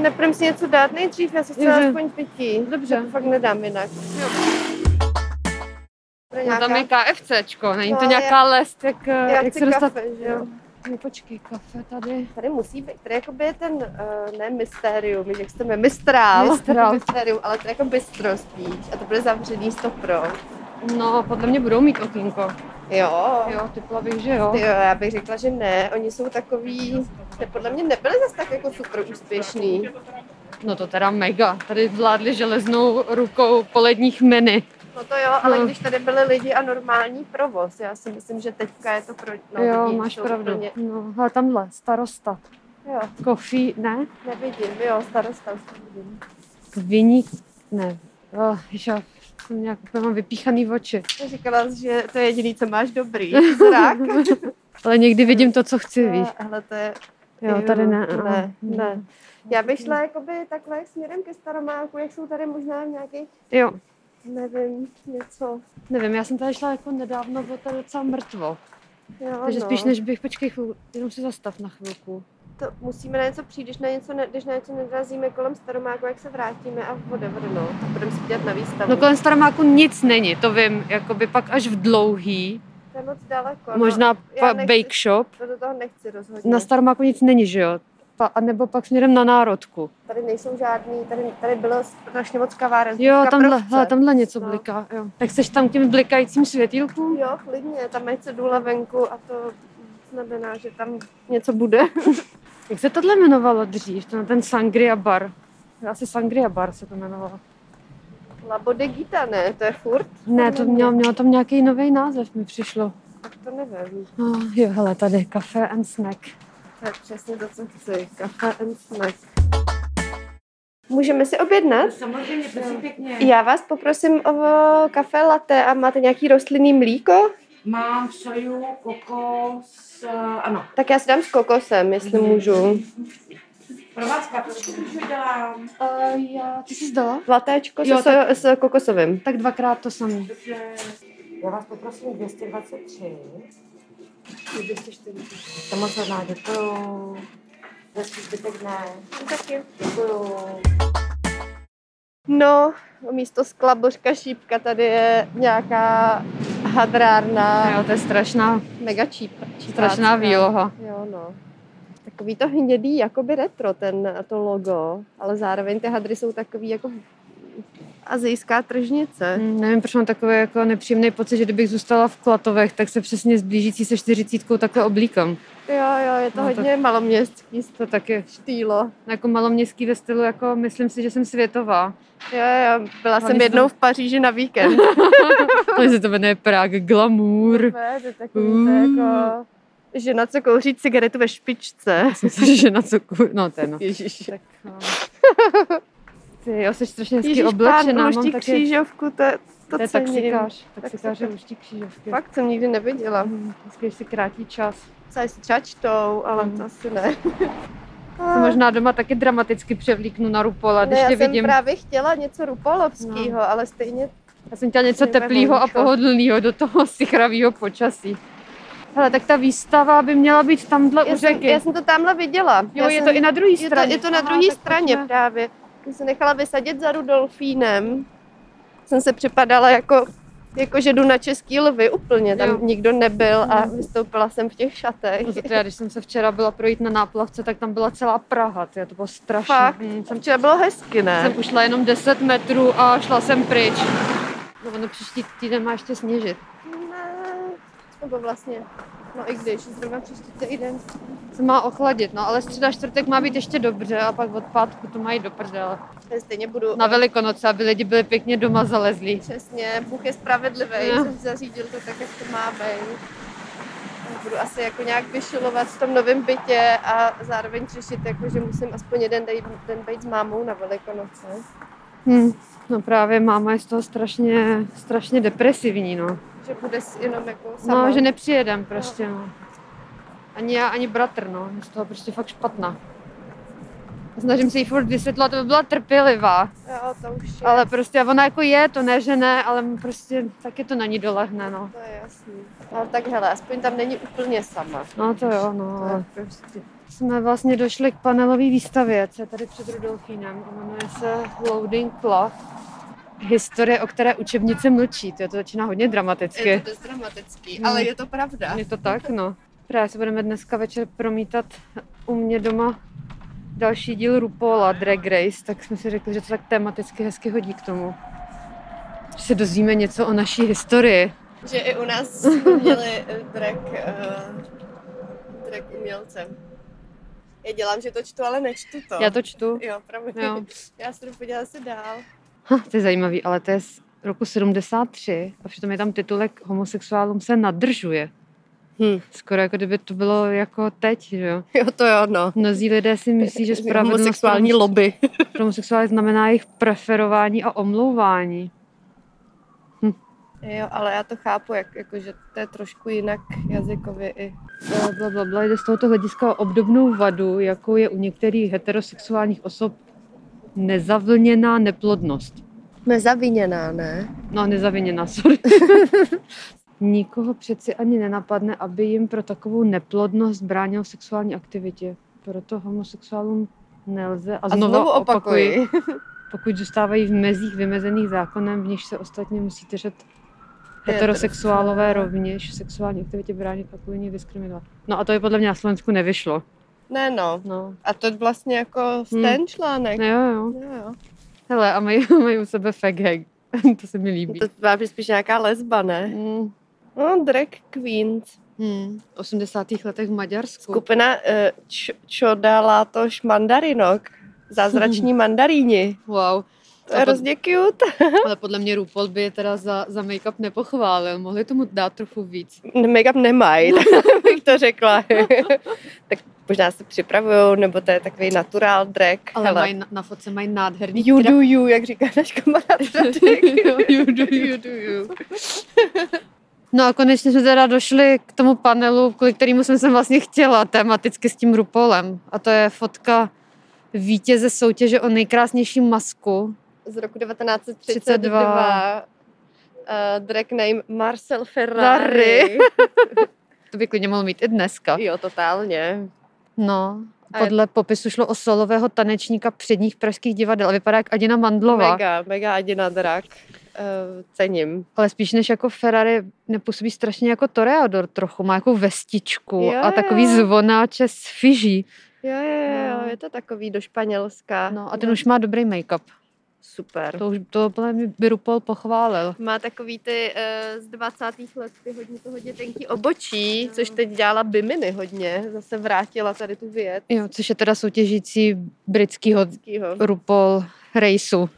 neprem si něco dát nejdřív, já se chci Takže- aspoň pití. Dobře. To fakt nedám jinak. Jo. Bude No, tam je nějaká- KFCčko, není to No, nějaká les, tak eh, já jak chci se dostat? kafe, že jo? No, počkej, kafe tady. Tady musí být, tady jakoby je ten, uh, ne mysterium, jak se to jmenuje, mistrál. Mistral. mysterium, ale to je jako bistro spíš. A to bude zavřený stopro. No, podle mě budou mít okýnko. Jo. Jo, typla bych, že jo. Ty jo, já bych řekla, že ne. Oni jsou takový, ne, podle mě nebyli zase tak jako super úspěšný. No to teda mega. Tady vládli železnou rukou poledních meny. No to jo, ale No. když tady byli lidi a normální provoz, já si myslím, že teďka je to pro... No, No, jo, vidíš, máš to pravdu. Úplně, No, ale tamhle, starosta. jo, Kofí, ne? nevidím, jo, starosta už nevidím. Viník, ne. Oh, já jsem nějak úplně mám vypíchaný oči. Ty říkala, jsi, že to je jediný, co máš dobrý, zrak. Ale někdy vidím to, co chci, víš. Ale to je... Jo, tady no. ne. Eh, Ne, ne. Já bych šla jakoby takhle směrem ke staromáku, jak jsou tady možná v nějakých, Jo, nevím, něco. nevím, já jsem tady šla jako nedávno, bylo tady docela mrtvo. Jo, Takže no. spíš než bych, počkej chvilku, jenom si zastav na chvilku. to musíme na něco přijít, když na něco, ne, když na něco nedorazíme kolem Staromáku, jak se vrátíme a vode vrno. A budeme si dělat na výstavu. No kolem Staromáku nic není, to vím, jakoby pak až v dlouhý, To je moc daleko. možná pa, nechci- bake shop. No, to do toho nechci rozhodně. Na Staromáku nic není, že jo? Pa, a nebo pak směrem na Národku. Tady nejsou žádný, tady, tady bylo strašně moc kaváren. Jo, v tamhle, Kaprovce. hele, tamhle něco No. bliká. Jo. Tak seš tam k těm blikajícím světílkům? Jo, klidně, tam je cedule venku a to znamená, že tam něco bude. Jak se tohle jmenovalo dřív, ten, ten Sangria Bar? Asi Sangria Bar se to jmenovalo. Labo de Gita, ne? To je furt? Ne, to Podle mě. mělo, mělo tam nějaký nový název, mi přišlo. Tak to nevím. Oh, jo, hele, tady kafe and snack. To je přesně to, co chci. Kafe and snack. Můžeme si objednat? Samozřejmě, prosím pěkně. Já vás poprosím o kafe latte a máte nějaký rostlinný mlíko? Mám soju, kokos, eh, ano. Tak já si dám s kokosem, jestli můžu. Pro vás kapičku už udělám. Uh, já, ty jsi dala? Latéčko Jo, se, Eh, tak... s kokosovým. Tak dvakrát to samé. Dobře. Já vás poprosím 223. 240. To moc hodná, děkuju. Zase zbytek ne. Taky. Děkuju. No, místo skla božka šípka tady je nějaká hadrárna, Jo, to je strašná, mega číp, strašná výloha. Jo, no. Takový to hnědý, jakoby retro, ten, to logo, ale zároveň ty hadry jsou takový jako azijská tržnice. Hm, Nevím, proč mám takový jako nepříjemný pocit, že kdybych zůstala v Klatovech, tak se přesně s blížící se čtyřicítkou takhle oblíkám. Jo, jo, je to No, tak- hodně maloměstský To taky. štýlo. Jako maloměstský ve stylu, jako myslím si, že jsem světová. Jo, jo, byla Hlavně jsem se jednou to- v Paříži na víkend. Ale se to jmenuje Prague Glamour. Ne, to je takový to je jako žena, co kouří cigaretu ve špičce. Myslím si, že na co ku... No, to je no. Ježíš. Tak, no. Ty jo, jsi strašně hezky Ježíš, pán oblečená. luští křížovku, to, je- to, to je cením. taxikář, taxikář Taxikář. je luští křížovky. Fakt jsem nikdy neviděla. Hm, Hezky, že si krátí čas. Psali s čačtou, ale Mm. to asi ne. Se možná doma taky dramaticky převlíknu na rupola, No. když ne, já tě jsem vidím. právě chtěla něco rupolovského, ale stejně Já jsem chtěla něco Nebo teplého a volíčko. pohodlného do toho sichravého počasí. Hele, tak ta výstava by měla být tamhle já u jsem, řeky. já jsem to tamhle viděla. jo, já je jsem, to i na druhé je to, straně. je to na Aha, druhé tak straně pojďme. právě. Jsem se nechala vysadit za Rudolfínem. Jsem se připadala jako, jako že jdu na český lvy úplně. Tam Jo. nikdo nebyl a Mhm. vystoupila jsem v těch šatech. No, to já, když jsem se včera byla projít na náplavce, tak tam byla celá Praha, tyjo, to bylo strašné. Fakt? Hm, jsem, Včera bylo hezky, ne? jsem ušla jenom 10 metrů a šla jsem pryč. No, ono příští týden má ještě sněžit. Ne, nebo vlastně, no i když, zrovna příští týden. Se má ochladit, no, ale středa čtvrtek má být ještě dobře a pak od pátku to mají do prdele. Já Stejně budu Na Velikonoce, aby lidi byli pěkně doma zalezlí. Přesně, Bůh je spravedlivý, Jo. jsem zařídil to tak, jak to má být. Já Budu asi jako nějak vyšilovat v tom novém bytě a zároveň řešit, jako, že musím aspoň jeden dej- den být s mámou na Velikonoce. Hmm. No právě máma je z toho strašně, strašně depresivní, no. Že bude s- jenom jako sama. Sama. No, že nepřijedem prostě, no. Ani já, ani bratr, no. Je z toho prostě fakt špatná. Snažím se jí furt vysvětlovat, aby byla trpělivá. Jo, to už je. Ale prostě ona jako je, to ne, že ne, ale prostě taky to na ní dolehne, no. To je jasný. Ale tak hele, aspoň tam není úplně sama. No to jo, no. To ale je prostě. Jsme vlastně došli k panelové výstavě, co je tady před Rudolfínem. A Jmenuje se Loading Love. Historie, o které učebnice mlčí. To, je, to začíná hodně dramaticky. Je to dost dramatický, ale je to pravda. Je to tak, no. Právě se budeme dneska večer promítat u mě doma další díl Rupola Drag Race, tak jsme si řekli, že to tak tematicky hezky hodí k tomu. Že se dozvíme něco o naší historii. Že i u nás jsme měli eh, drag, uh, drag umělce. Já dělám, že to čtu, ale nečtu to. Já to čtu. Jo, pravda. Jo. Já se jdu podívat se dál. Ha, to je zajímavý, ale to je z roku 73 a přitom je tam titulek Homosexuálům se nadržuje. Hm. Skoro jako kdyby to bylo jako teď, že jo. Jo, to jo, no. Mnozí lidé si myslí, že spravedlnost pro- lobby. pro homosexuály znamená jejich preferování a omlouvání. Jo, ale já to chápu, jak, jako, že to je trošku jinak jazykově i. Eh, bla, bla, bla, jde z tohoto hlediska o obdobnou vadu, jakou je u některých heterosexuálních osob nezavlněná neplodnost. Nezaviněná, ne? No, nezaviněná, sorry. Nikoho přeci ani nenapadne, aby jim pro takovou neplodnost bránil v sexuální aktivitě. Proto homosexuálům nelze. A, A znovu, opakuji. Pokud zůstávají v mezích vymezených zákonem, v nichž se ostatně musí držet heterosexuálové rovněž v sexuální aktivitě bránit a kvůli ní diskriminovat. No a to je podle mě na Slovensku nevyšlo. Ne, no. No, A to vlastně jako Hm. ten článek. no jo, jo. Jo, jo. Hele, a mají, mají u sebe fag hag. to se mi líbí. To byla by spíš nějaká lesba, ne? Mm. No, drag queens. Hmm. V 80. letech v Maďarsku. Skupina eh, Č- Čodalátoš mandarinok. Zázrační mandaríni. Wow. To je hrozně cute. Ale podle mě RuPaul by je teda za, za make-up nepochválil. Mohli tomu dát trochu víc. Make-up nemají, bych to řekla. tak možná se připravujou, nebo to je takový natural drag. Ale Hele. mají, na, na fotce mají nádherný no. You do you, jak říká náš kamarád Radek. Jo, you do, you do, you. No a konečně jsme teda došli k tomu panelu, kvůli kterému jsem sem vlastně chtěla tematicky s tím Rupolem. A to je fotka vítěze soutěže o nejkrásnější masku. Z roku 1932. Uh, drag name Marcel Ferrari. To by klidně mohl mít i dneska. jo, totálně. No, A je- podle popisu šlo o solového tanečníka předních pražských divadel a vypadá jak Adina Mandlova, Mega, mega Adina Drak. Uh, cením. ale spíš než jako Ferrari nepůsobí strašně jako Toreador trochu, má jako vestičku Jo, a jo, takový jo. zvonáče s fiží. Jo, jo, jo, No. je to takový do Španělska. No a ten už má dobrý make-up, Super. to už to podle mě by Rupol pochválil. Má takový ty eh, z 20. let ty hodně to hodně tenký obočí, No. což teď dělala Bimini hodně. Zase vrátila tady tu věc. Jo, což je teda soutěžící britskýho Hezkýho. RuPaul rejsu.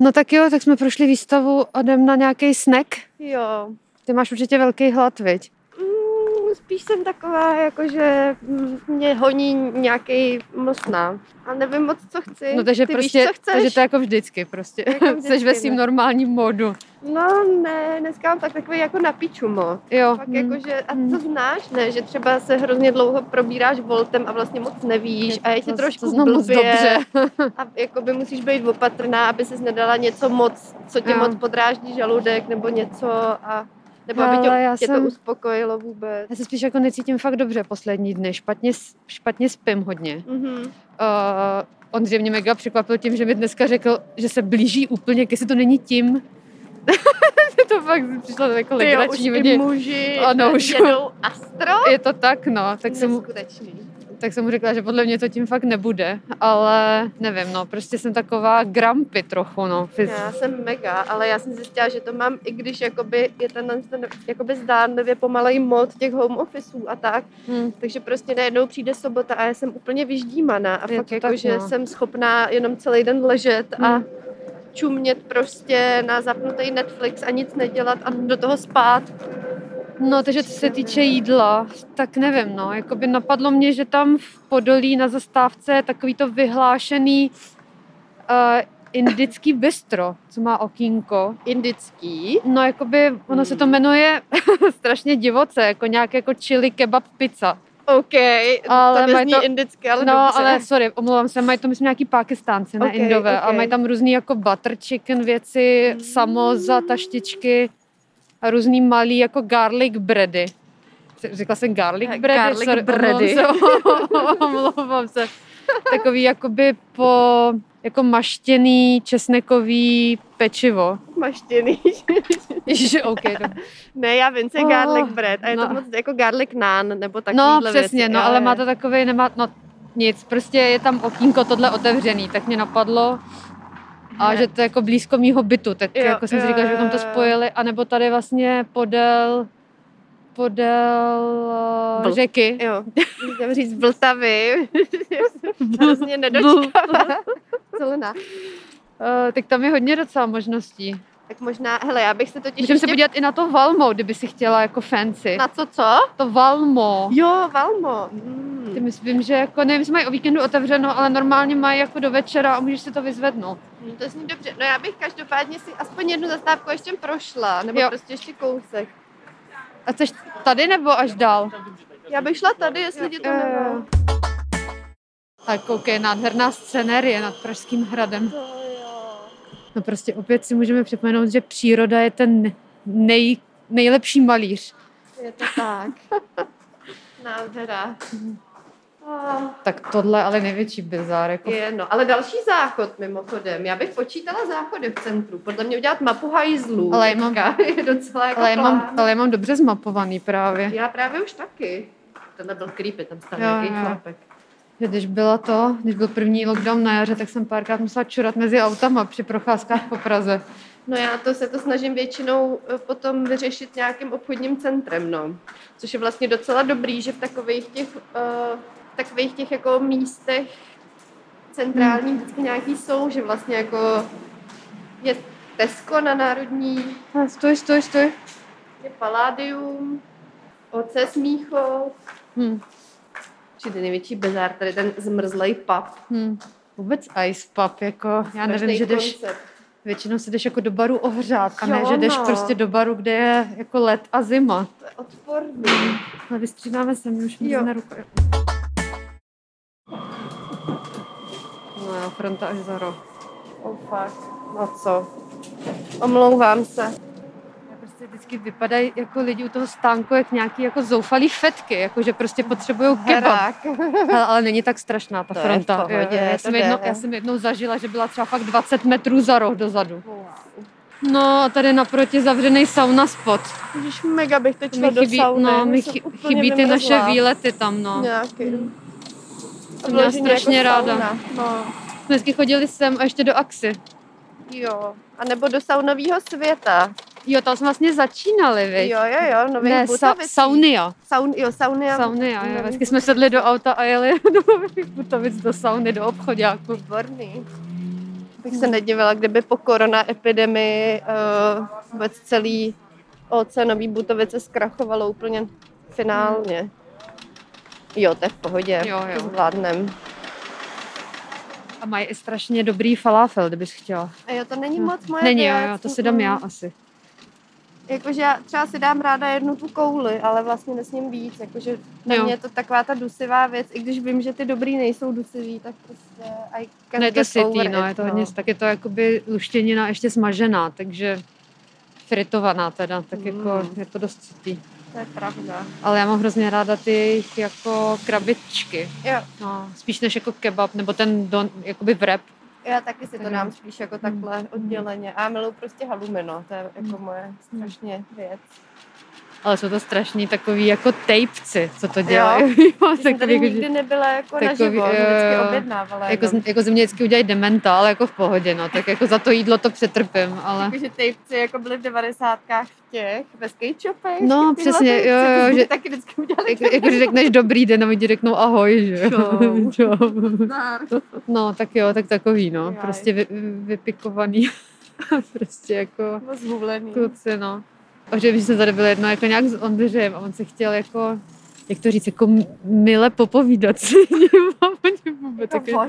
No tak jo, tak jsme prošli výstavu a jdem na nějaký snack. Jo, Ty máš určitě velký hlad, viď? Mm, Spíš jsem taková, jakože mm, mě honí nějaký mlsna. A nevím moc, co chci. No takže Ty prostě, víš, co chceš? takže to je jako vždycky prostě. Jako vždycky, Jsi ve svým no. normálním módu. No ne, dneska mám tak takový jako na piču moc. Jo. Pak hm. jakože, jako, a Hmm. to znáš, ne? Že třeba se hrozně dlouho probíráš voltem a vlastně moc nevíš a je ti To- trošku to znám moc blbě. dobře. A jakoby musíš být opatrná, aby ses nedala něco moc, co tě Jo. moc podráždí žaludek nebo něco a nebo aby Ale já tě, tě to jsem- uspokojilo vůbec. Já se spíš jako necítím fakt dobře poslední dny. Špatně, s- špatně spím hodně. Uh, Mhm. on mě mega překvapil tím, že mi dneska řekl, že se blíží úplně, jestli to není tím. to fakt přišlo jako Ty jo, už legrační. i hodně. muži Ano, už. jedou astro. Je to tak, no. Tak jsem, mu- Neskutečný. tak jsem mu řekla, že podle mě to tím fakt nebude. Ale nevím, no. Prostě jsem taková grampy trochu, no. Fyz, Já jsem mega, ale já jsem zjistila, že to mám, i když jakoby je ten, ten jakoby zdánlivě pomalej mod těch home officeů a tak, hm. takže prostě najednou přijde sobota a já jsem úplně vyždímaná a Je fakt to jako, tak, že no. jsem schopná jenom celý den ležet a Hmm. čumět prostě na zapnutý Netflix a nic nedělat a do toho spát. No, takže co se týče jídla, tak nevím, no, jakoby napadlo mě, že tam v Podolí na zastávce je takový to vyhlášený uh, indický bistro, co má okýnko. Indický. No, jakoby ono se to Hmm. jmenuje strašně divoce, jako nějak jako chili kebab pizza. OK, ale Ale to mají nezní to... to- indicky, ale no, dobře. ale sorry, omlouvám se, mají to myslím nějaký pákistánci, ne Ok, indové, ok. a mají tam různý jako butter chicken věci, samoza, taštičky a různý malý jako garlic bready. Řekla jsem garlic Tak, bready? Eh, garlic sorry, bready. Omlouvám se, omlouvám se. Takový jakoby po jako maštěný česnekový pečivo. Maštěný. Ježiši, OK. Tak. ne, já vím, co je Oh, garlic bread a je to no. moc jako garlic naan nebo No takovýhle přesně, věci, no jo, ale jo. má to takový, nemá, no nic, prostě je tam okýnko tohle otevřený, tak mě napadlo. A Ne. že to je jako blízko mýho bytu, tak Jo, jo, jako jsem si jo, říkala, že jo, bychom to jo. spojili. A nebo tady vlastně podél, podél eh, Vl- řeky. Jo, chtěl říct Vltavy. Já jsem Hrozně nedočkavá. Zelená. eh, tak tam je hodně docela možností. Tak možná, hele, já bych se totiž Můžeme se podívat i na to Valmo, kdyby si chtěla jako fancy. na co, co? To Valmo. Jo, Valmo. Ty Hmm. myslím, že jako, nevím, jestli mají o víkendu otevřeno, ale normálně mají jako do večera a můžeš si to vyzvednout. No, to zní dobře. No já bych každopádně si aspoň jednu zastávku ještě prošla, nebo jo. Jo. prostě ještě kousek. A chceš tady nebo až dál? Já bych šla tady, jestli ti to Jo, jo, jo. nevadí. Eh, Tak koukej, nádherná scenérie nad Pražským hradem. To jo. No prostě opět si můžeme připomenout, že příroda je ten nej, nejlepší malíř. Je to tak. Nádhera. Ah. Tak tohle ale největší bizár. Jako. Je, no, ale další záchod mimochodem. Já bych počítala záchody v centru. Podle mě udělat mapu hajzlů. Ale já mám- teďka je docela jako Ale, já mám, plán. ale já mám dobře zmapovaný právě. Já právě už taky. Tenhle byl creepy, tam stál Jo, nějaký jo. chlapek. Že Když byla to, když byl první lockdown na jaře, tak jsem párkrát musela čurat mezi autama při procházkách po Praze. No já to se to snažím většinou eh, potom vyřešit nějakým obchodním centrem, no. Což je vlastně docela dobrý, že v takových těch, uh, takových těch jako místech centrálních vždycky nějaký jsou, že vlastně jako je Tesco na Národní, A stoj, stoj, stoj. je Palladium, Oce Smíchov, Hm, či ten největší bezár, tady ten zmrzlej pub. hm. Vůbec ice pub, jako já nevím, Strašný že jdeš, koncept. většinou se jdeš jako do baru ohřát a Jo, ne, že jdeš no. prostě do baru, kde je jako let a zima. To je odporný. Ale vystřídáme se, my už Jo. mrzne ruka. No jo, fronta až za roh. Oh, fakt. No co? Omlouvám se. Já prostě vždycky vypadají jako lidi u toho stánku jak nějaký jako zoufalý fetky, jako že prostě potřebují kebab. Herák. Hele, ale není tak strašná ta To je v fronta. pohodě, Jo, jo, já, to jsem jde, jednou, ne? já jsem jednou zažila, že byla třeba fakt 20 metrů za roh dozadu. No a tady naproti zavřený sauna spot. Ježiš, mega bych teď To šla mi do chybí, sauny. no, mi jsem chy- úplně chybí ty naše vymrzlá. výlety tam, no. Nějaký. To měla Vloženě strašně ráda. jako sauna. No. Jsme vždycky chodili sem a ještě do Axy. Jo. A nebo do saunového světa. Jo, tam jsme vlastně začínali, viď? Jo, jo, jo. Nový Ne, sa, saunia. Saun, jo, sauny. a- Sauny, jo, jo. Nových Vždycky jsme sedli do auta a jeli do Nových Butovic do sauny, do obchodáku. Výborný. Bych se nedivila, kdyby po koronaepidemii uh, vůbec celý OC Nový Butovice zkrachovalo úplně finálně. Jo, to je v pohodě, Jo, jo. to zvládnem. A mají i strašně dobrý falafel, kdybys chtěla. A jo, to není No. moc moje Není, jo, věc, jo, to si dám mm, já mm. asi. Jakože já třeba si dám ráda jednu tu kouli, ale vlastně nesmím víc, jakože na Jo. mě je to taková ta dusivá věc, i když vím, že ty dobrý nejsou dusivý, tak prostě I can No je to get city, over no, it, je to hodně, tak je to jakoby luštěnina ještě smažená, takže fritovaná teda, tak jako Mm. je to dost city. To je pravda. Ale já mám hrozně ráda ty jejich jako krabičky. Jo. No, spíš než jako kebab, nebo ten don, jakoby wrap. Já taky si to Mhm. dám spíš jako takhle odděleně. A já miluju prostě halumino, to je jako Hmm. moje strašně věc. Ale jsou to strašní takový jako tejpci, co to dělají. Jo, Já jsem tady jako, že- nikdy nebyla jako na takový, živo, jo, vždycky jo. objednávala jako, jenom. z- jako ze mě vždycky udělají dementa, ale jako v pohodě, no. Tak jako za to jídlo to přetrpím, ale... Jakože tejpci jako byly v devadesátkách v těch, ve skate shopech. tyhle No, přesně, tejpci, jo, to jo, jsme že- Taky vždycky udělali Jako, jako, že řekneš dobrý den a oni ti řeknou ahoj, že? Čau. Čau. Zdar. No, tak jo, tak takový, no. Jaj. Prostě vy, vypikovaný. prostě jako... Moc zhulený. Kluci, no. A že když jsme tady byli jedno jako nějak s Ondřejem a on se chtěl jako jak to říct, jako m- mile popovídat se s ním. A oni vůbec To jako,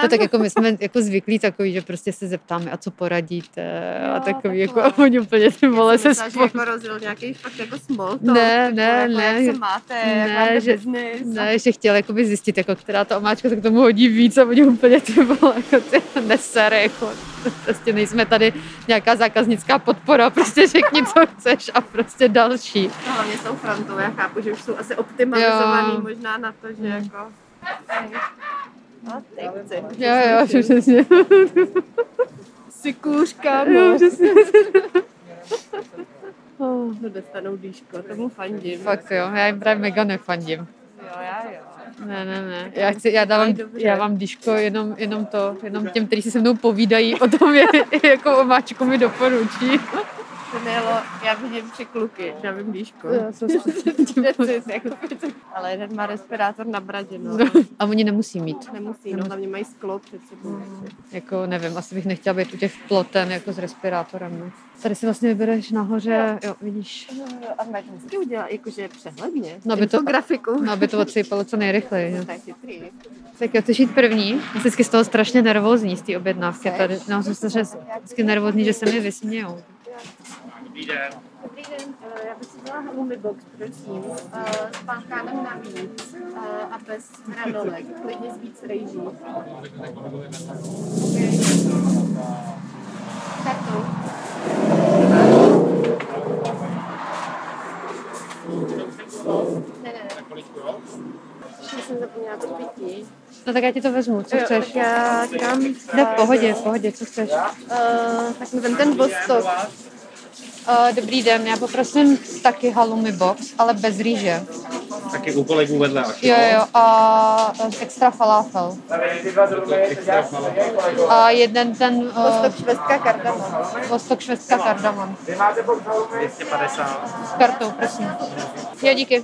to tak jako my jsme jako zvyklí takový, že prostě se zeptáme a co poradíte a Jo, takový jako takhle. a oni úplně ty vole se že spolu. jako rozděl nějaký fakt jako small talk, Ne, typu, ne, jako ne. Jak se máte, Ne, jak máte že- business. Ne, ještě chtěl jakoby zjistit, jako, která ta omáčka se k tomu hodí víc a oni úplně ty vole, jako ty nesere, jako, prostě nejsme tady nějaká zákaznická podpora, prostě řekni, co chceš a prostě další. No, hlavně jsou frontové, já chápu, že už jsou asi optimalizovaný Jo. Hmm. možná na to, že jako... No, ty chci. Jo, jo, přesně. Sikůřka, Jo, no. přesně. No, dostanou dýško, tomu fandím. Oh. Fakt jo, já jim právě mega nefandím. Jo, já jo. Ne, ne, ne. Já, chci, já dávám, Mají dobře. já vám díško jenom, jenom to, jenom těm, kteří si se mnou povídají o tom, jak- jakou omáčku mi doporučí. To nejelo, já vidím tři kluky, já vím dýško. jako- Ale jeden má respirátor na bradě, no. A oni nemusí mít. Nemusí, no, hlavně mají sklo před sebou. takže. Jako nevím, asi bych nechtěla být u těch ploten jako s respirátorem. No. Tady si vlastně vybereš nahoře, jo, vidíš. Jo, jo, A máš hezky udělat, jakože přehledně. No, aby to- grafiku. No, aby to odsypalo co nejrychleji. jo. To je chytrý. Tak jo, chceš jít první? Já jsem vždycky z toho strašně nervózní, z té objednávky. A Tady, no, jsem strašně vždycky nervózní, že se mi vysmějou. Dobrý den. Dobrý den, eh, já bych si dělala Humi Box, prosím, eh, s pankánem navíc eh, a bez hranolek, klidně s víc rejží. Okay. Kartu. Ne, ne, ne. Ještě jsem zapomněla to pití. No tak já ti to vezmu, co Jo, chceš. Tak já dám... Ne, v pohodě, v pohodě, co chceš. Eh, tak mi vem ten Vostok. Uh, dobrý den, já poprosím taky halloumi box, ale bez rýže. Taky u kolegů vedle až. Jo, jo, a eh, extra falafel. A jeden ten uh, Vostok švestka kardamon. vostok švédská kardamon. 250. S kartou, prosím. Jo, díky.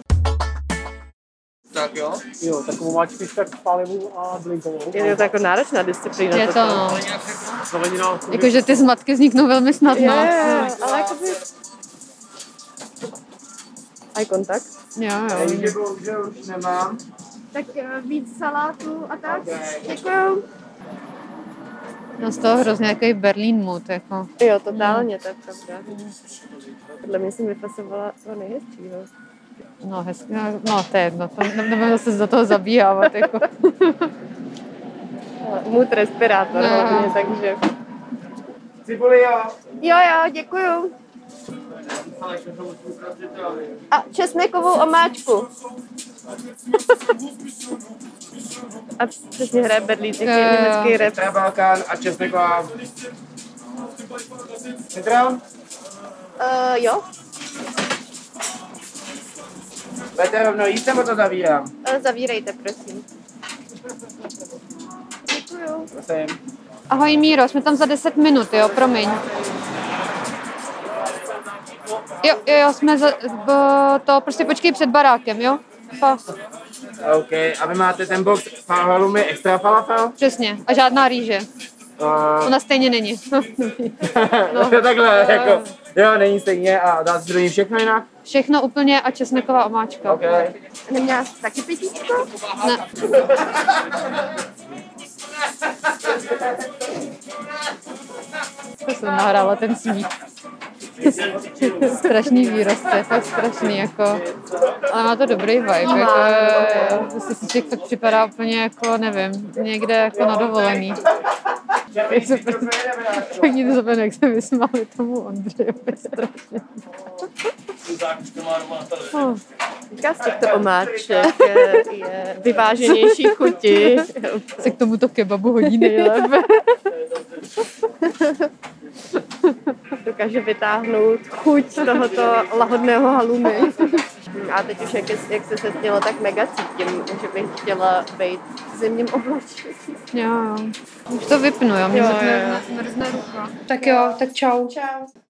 Jo, takovou máčky tak palivou a blinkovou. Je to jako náročná disciplína. Je to, toto. no. Slovenina, Jakože ty zmatky vzniknou velmi snadno. Je, ale jako jakoby... Eye kontakt. Jo, jo. bohužel už nemám. Tak eh, víc salátu a tak. Děkuju. No z toho hrozně takový Berlín mood, jako. Jo, totálně, to je pravda. Podle mě jsem vypasovala co nejhezčího. No, hezky, no, no to je jedno, to ne- nebudeme se do toho zabíhávat, jako. Můj respirátor No. hlavně, takže... Cibuli a Jo, jo, děkuju. A česnekovou omáčku. A přesně hraje Berlín, Jo, jo, jo. nějaký německý rap. Petra Balkán a Česneková. Petra, Uh, jo, budete rovnou jíst nebo to zavírám? eh, zavírejte, prosím. Děkuju. Prosím. Ahoj Míro, jsme tam za 10 minut, jo, promiň. Jo, jo, jo, jsme za, b- to, prostě počkej před barákem, jo? Pas, OK, a vy máte ten box halumi extra falafel? přesně. A žádná rýže. Uh, Ona stejně není. no. takhle, jako, jo, není stejně a dá se druhý všechno jinak? Všechno úplně a česneková omáčka. OK. Neměla jsi taky pitíčko? Ne. To jsem nahrála ten smích. strašný výrost, to je fakt strašný, jako, ale má to dobrý vibe, jako, jo, prostě si člověk fakt připadá úplně jako, nevím, někde jako na dovolený. Jak se prostě, tak nikdo zapomenu, jak se vysmáli tomu Ondřejovi strašně. Oh. Jaká z těchto omáček je, je vyváženější chuti? se k tomuto kebabu hodí nejlépe. Dokáže vytáhnout chuť tohoto lahodného halumy. A teď už, jak, je, jak se setmělo, tak mega cítím, že bych chtěla být v zimním oblačení. Jo, jo. Už to vypnu, jo, mě Jo, zepne- jo, jo. zmrzne ruka. Tak jo, tak čau. Čau.